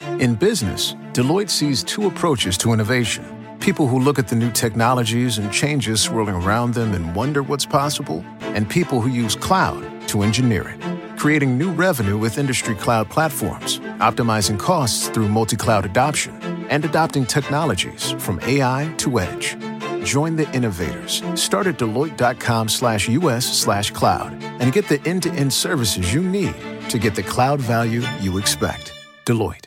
In business, Deloitte sees two approaches to innovation people who look at the new technologies and changes swirling around them and wonder what's possible, and people who use cloud to engineer it, creating new revenue with industry cloud platforms, optimizing costs through multi cloud adoption, and adopting technologies from AI to edge. Join the innovators. Start at Deloitte.com slash US slash cloud and get the end to end services you need to get the cloud value you expect. Deloitte.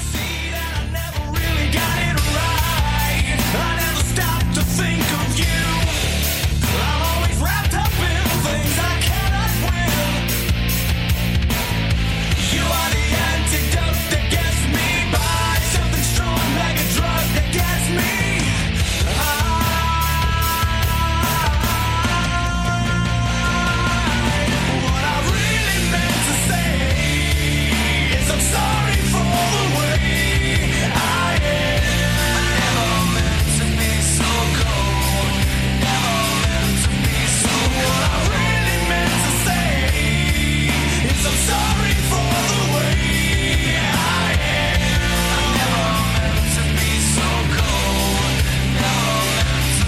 see that I never really got it right. I never stopped to think of you. I'm always wrapped up in things I cannot win. You are the antidote that gets me by. Something strong like a drug that gets me. high. What I really meant to say is I'm sorry for the way I am. Never meant to be so cold. Never meant to be so What I really meant to say is I'm sorry for the way I am. Never meant to be so cold.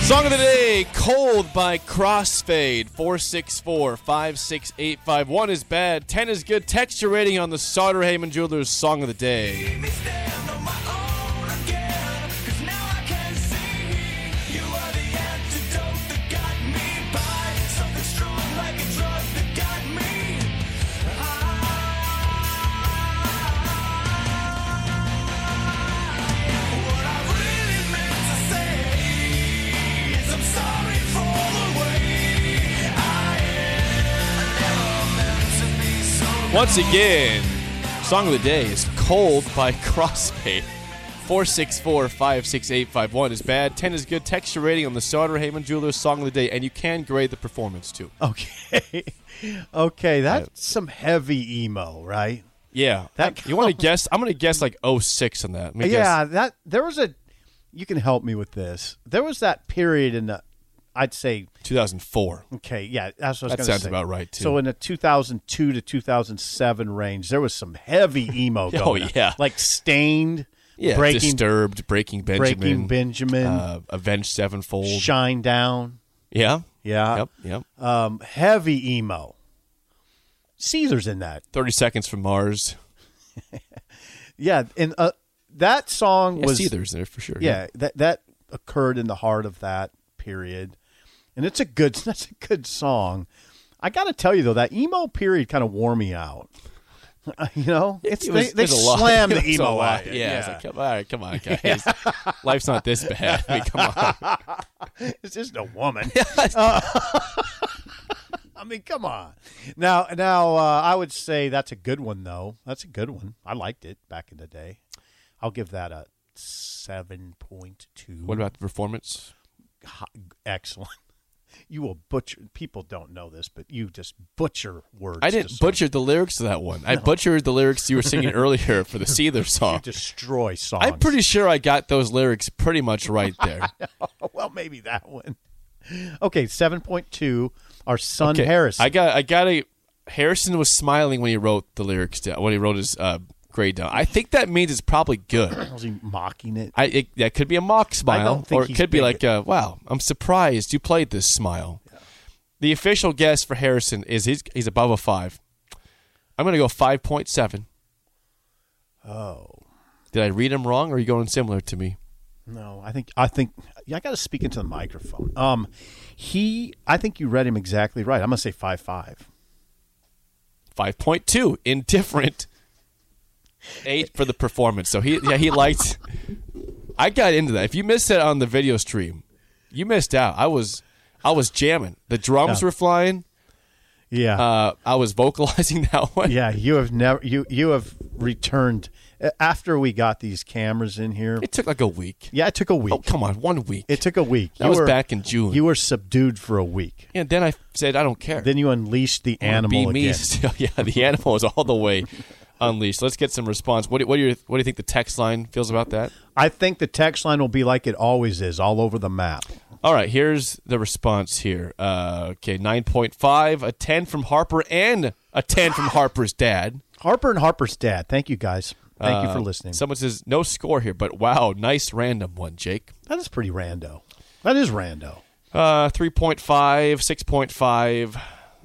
Song of the day, Cold by Crossfade. 464 56851 One is bad, 10 is good. Texture rating on the Sauterheimen Jewelers Song of the Day. Leave me stand on my own again. 'Cause now I can see you are the antidote that got me by. Something strong like a drug that got me high. What I really meant to say is I'm sorry for the way I am. I never meant to be so Once again, Song of the Day is Cold by Crossfade. 464 56851 One is bad, 10 is good. Texture rating on the Sauterheimen Jewelers Song of the Day, and you can grade the performance too. Oh, Okay. okay, that's some heavy emo, right? Yeah. That you want to guess? I'm going to guess like 06 on that. Let me guess. Yeah, Uh, that there was a you can help me with this. There was that period in the I'd say 2004. okay, yeah, that's what I was That gonna sounds say. about right, too. So in the 2002 to 2007 range, there was some heavy emo going. Oh, on. yeah. Like Stained, Yeah, Breaking Disturbed, Breaking Benjamin, Breaking Benjamin, uh, Avenged Sevenfold. Shine Down. Uh, yeah, Yeah. yep, yep. Um, heavy emo. Caesar's in that. Thirty Seconds from Mars. Yeah, and uh, that song Yeah, was Seethers there for sure. yeah that that occurred in the heart of that period, and it's a good that's a good song. I got to tell you though, that emo period kind of wore me out. you know, it's It was- they, they there's a lot- slammed it was the a emo lot. out. Yeah, It's like, come, all right, come on, guys. Life's not this bad. I mean, come on. it's just a woman. Uh, I mean, come on. Now, now, uh, I would say that's a good one, though. That's a good one. I liked it back in the day. I'll give that a seven point two. What about the performance? excellent? You will butcher. People don't know this, but you just butcher words. I to didn't songs. butcher the lyrics to that one. I butchered the lyrics you were singing earlier for the Seether song. Destroy songs. I'm pretty sure I got those lyrics pretty much right there. well. Maybe that one. Okay, seven point two. Our son Okay, Harris. I got. I got a. Harrison was smiling when he wrote the lyrics down. When he wrote his uh, grade down, I think that means it's probably good. was he mocking it? I it, that could be a mock smile, don't think or it he's could be big. like, uh, "Wow, I'm surprised you played this smile." The official guess for Harrison is he's he's above a five. I'm going to go five point seven. Oh. Did I read him wrong, or are you going similar to me? No, I think I think yeah, I got to speak into the microphone. Um, he, I think you read him exactly right. I'm gonna say five five. Five point two, indifferent. Eight for the performance. So he yeah he liked. I got into that. If you missed it on the video stream, you missed out. I was I was jamming. The drums were flying. Yeah, Uh, I was vocalizing that one. yeah. You have never you you have returned a- after we got these cameras in here. It took like a week. Yeah, it took a week. Oh, come on, one week. It took a week. That was back in June. You were subdued for a week. and then I said, I don't care. Then you unleashed the Wanna animal be me again. still. Yeah, the animal is all the way unleashed. Let's get some response. What do, what do you what do you think the text line feels about that? I think the text line will be like it always is, all over the map. All right, here's the response here. Uh, okay, nine point five, a ten from Harper, and a ten from Harper's dad. Harper and Harper's dad. Thank you guys. Thank you Uh, for listening. Someone says no score here, but wow, nice random one, Jake. that is pretty rando. That is rando. Uh, 3.5, 6.5.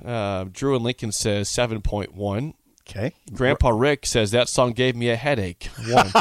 Uh, Drew and Lincoln says 7.1. Okay. Grandpa Rick says that song gave me a headache. One.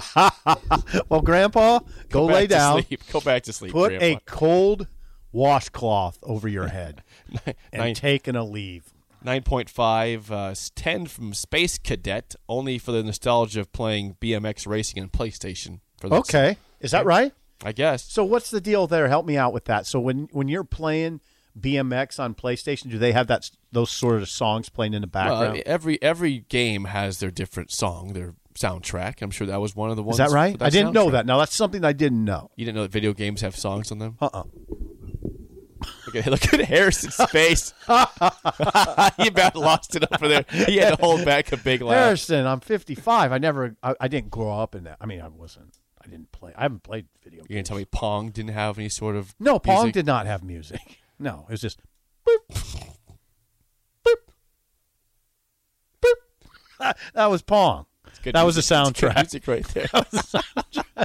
Well, Grandpa, go Back lay to down. sleep. Go back to sleep. Put Grandpa. a cold washcloth over your head and Nine- take an leave. 9.5, uh, s- 10 from Space Cadet, only for the nostalgia of playing BMX racing and PlayStation. For that Okay. Is that right? I guess. So what's the deal there? Help me out with that. So when when you're playing BMX on PlayStation, do they have that s- those sort of songs playing in the Uh, background? every every game has their different song, their soundtrack. I'm sure that was one of the ones. Is that right? for that I didn't know soundtrack. that. Now that's something I didn't know. You didn't know that video games have songs on them? Uh-uh. Look at, look at Harrison's face. he about lost it over there. He had to hold back a big laugh. Harrison, I'm 55. I never, I, I didn't grow up in that. I mean, I wasn't, I didn't play. I haven't played video. You're going games. to tell me Pong didn't have any sort of. No, Pong music? did not have music. No, it was just boop, boop, boop. That was Pong. Good that was the music. It's good soundtrack. Music right there.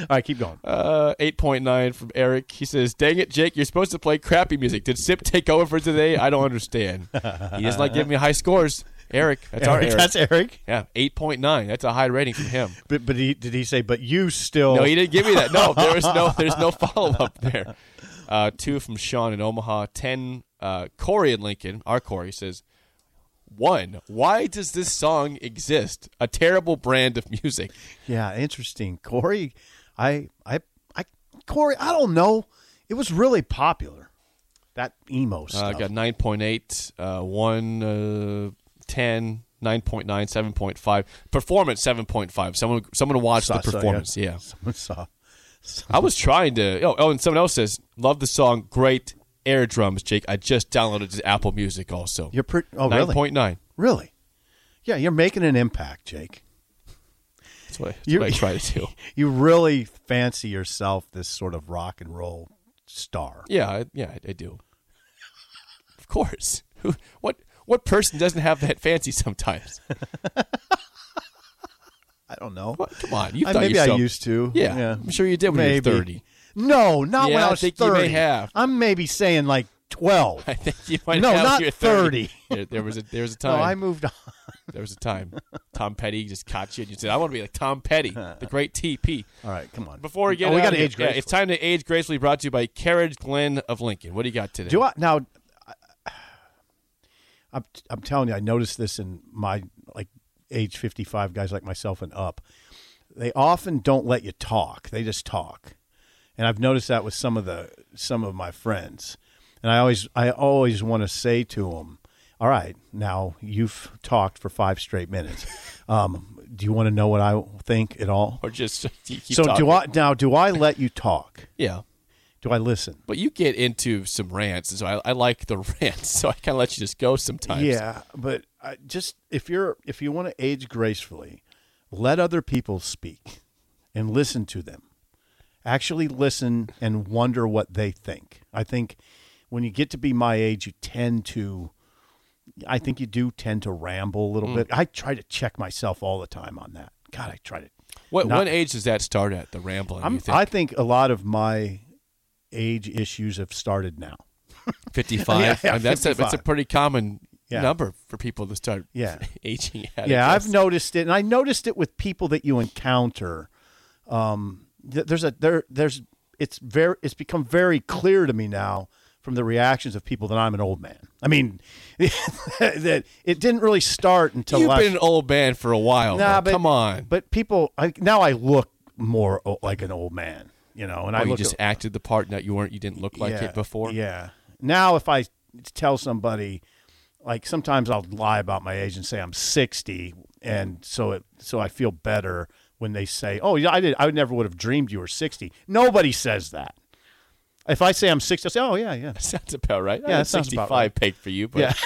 All right, keep going. Uh, 8.9 from Eric. He says, Dang it, Jake, you're supposed to play crappy music. Did Sip take over for today? I don't understand. He does not give me high scores. Eric, that's our Eric. That's Eric. yeah, 8.9. That's a high rating from him. But, but he, did he say? But you still? No, he didn't give me that. No, there is no, there's no follow up there. Uh, two from Sean in Omaha. Ten, uh, Corey in Lincoln. Our Corey says, one. Why does this song exist? A terrible brand of music. Yeah, interesting. Corey, I, I, I, Corey, I don't know. It was really popular. That Uh, emo I stuff. got 9.8, uh, 1, uh, 10, 9.9, 7.5. Performance, 7.5. Someone someone watched Saw- saw, the yeah. performance. Yeah. Someone saw. I was trying to. Oh, oh, and someone else says, love the song. Great air drums, Jake. I just downloaded to Apple Music also. You're pretty. Oh, really? 9.9. Really? Yeah, you're making an impact, Jake. That's what, I- that's You- what I try to do. You really fancy yourself this sort of rock and roll star. Yeah, I, yeah, I, I do. Of course. Who, what what person doesn't have that fancy sometimes? I don't know. What- Come on, you I- thought maybe yourself, I used to. Yeah, I'm sure you did when you were Maybe. 30. No, not when Yeah, I I was think you may 30. have. I'm maybe saying like 12. I think you might No, have not your 30. There, there was a there was a No, time. I moved on. There was a time. Tom Petty just caught you and you said, "I want to be like Tom Petty, the great TP." All right, come on. Before we get Oh, we out gotta of here- age yeah, it's time to age gracefully. Brought to you by Carriage Glen of Lincoln. What do you got today? Do I now? I- I'm I'm telling you, I noticed this in my like age 55 guys like myself and up. They often don't let you talk; they just talk, and I've noticed that with some of the some of my friends. And I always I always want to say to them, "All right, now you've talked for five straight minutes. Um, do you want to know what I think at all?" or just you keep so talking. do I now? Do I let you talk? Yeah. Do I listen? But you get into some rants, and so I, I like the rants. So I kind of let you just go sometimes. Yeah, but I just if you're if you want to age gracefully, let other people speak and listen to them. Actually listen and wonder what they think. I think when you get to be my age, you tend to I think you do tend to ramble a little bit. I try to check myself all the time on that. God, I try to What Not- what age does that start at? The rambling. I'm, you think? I think a lot of my age issues have started now. 55. Yeah, yeah, I mean, that's, A, that's a 55. pretty common Yeah. number for people to start Yeah. aging at. I yeah, I've guess. noticed it, and I noticed it with people that you encounter. Um, th- there's a there there's it's very it's become very clear to me now from the reactions of people that I'm an old man. I mean, that it didn't really start until You've last, been an old man for a while. Nah, though. Come on. But people, I, now I look more o- like an old man, you know, and I Oh, you look just at- acted the part that you weren't. You didn't look like yeah, it before. Yeah. Now if I tell somebody. like sometimes I'll lie about my age and say I'm 60, and so it so I feel better when they say, "Oh, yeah, I did. I never would have dreamed you were 60." Nobody says that. If I say I'm 60, I'll say, "Oh yeah, yeah." Sounds about right. I Yeah, had that sounds about 65 right. paid for you, but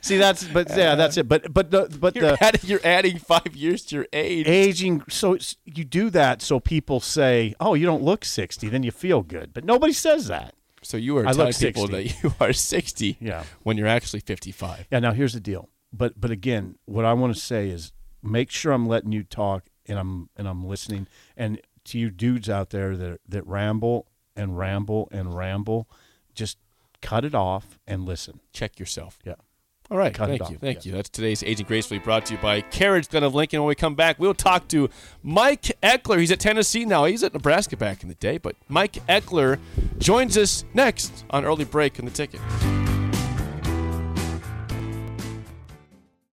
See, that's but yeah, that's it. But but the but you're, the adding, you're adding five years to your age. aging so it's, you do that so people say, "Oh, you don't look 60," then you feel good. But nobody says that. So you are I telling look people 60. that you are 60 Yeah. when you're actually 55. Yeah, now here's the deal. But but again, what I want to say is make sure I'm letting you talk and I'm and I'm listening. And to you dudes out there that that ramble and ramble and ramble, just cut it off and listen. Check yourself. Yeah. All right. Cut it thank off. you. Thank you. That's today's Aging Gracefully brought to you by Carriage Glen of Lincoln. When we come back, we'll talk to Mike Eckler. He's at Tennessee now. He's at Nebraska back in the day, but Mike Eckler joins us next on Early Break in the Ticket.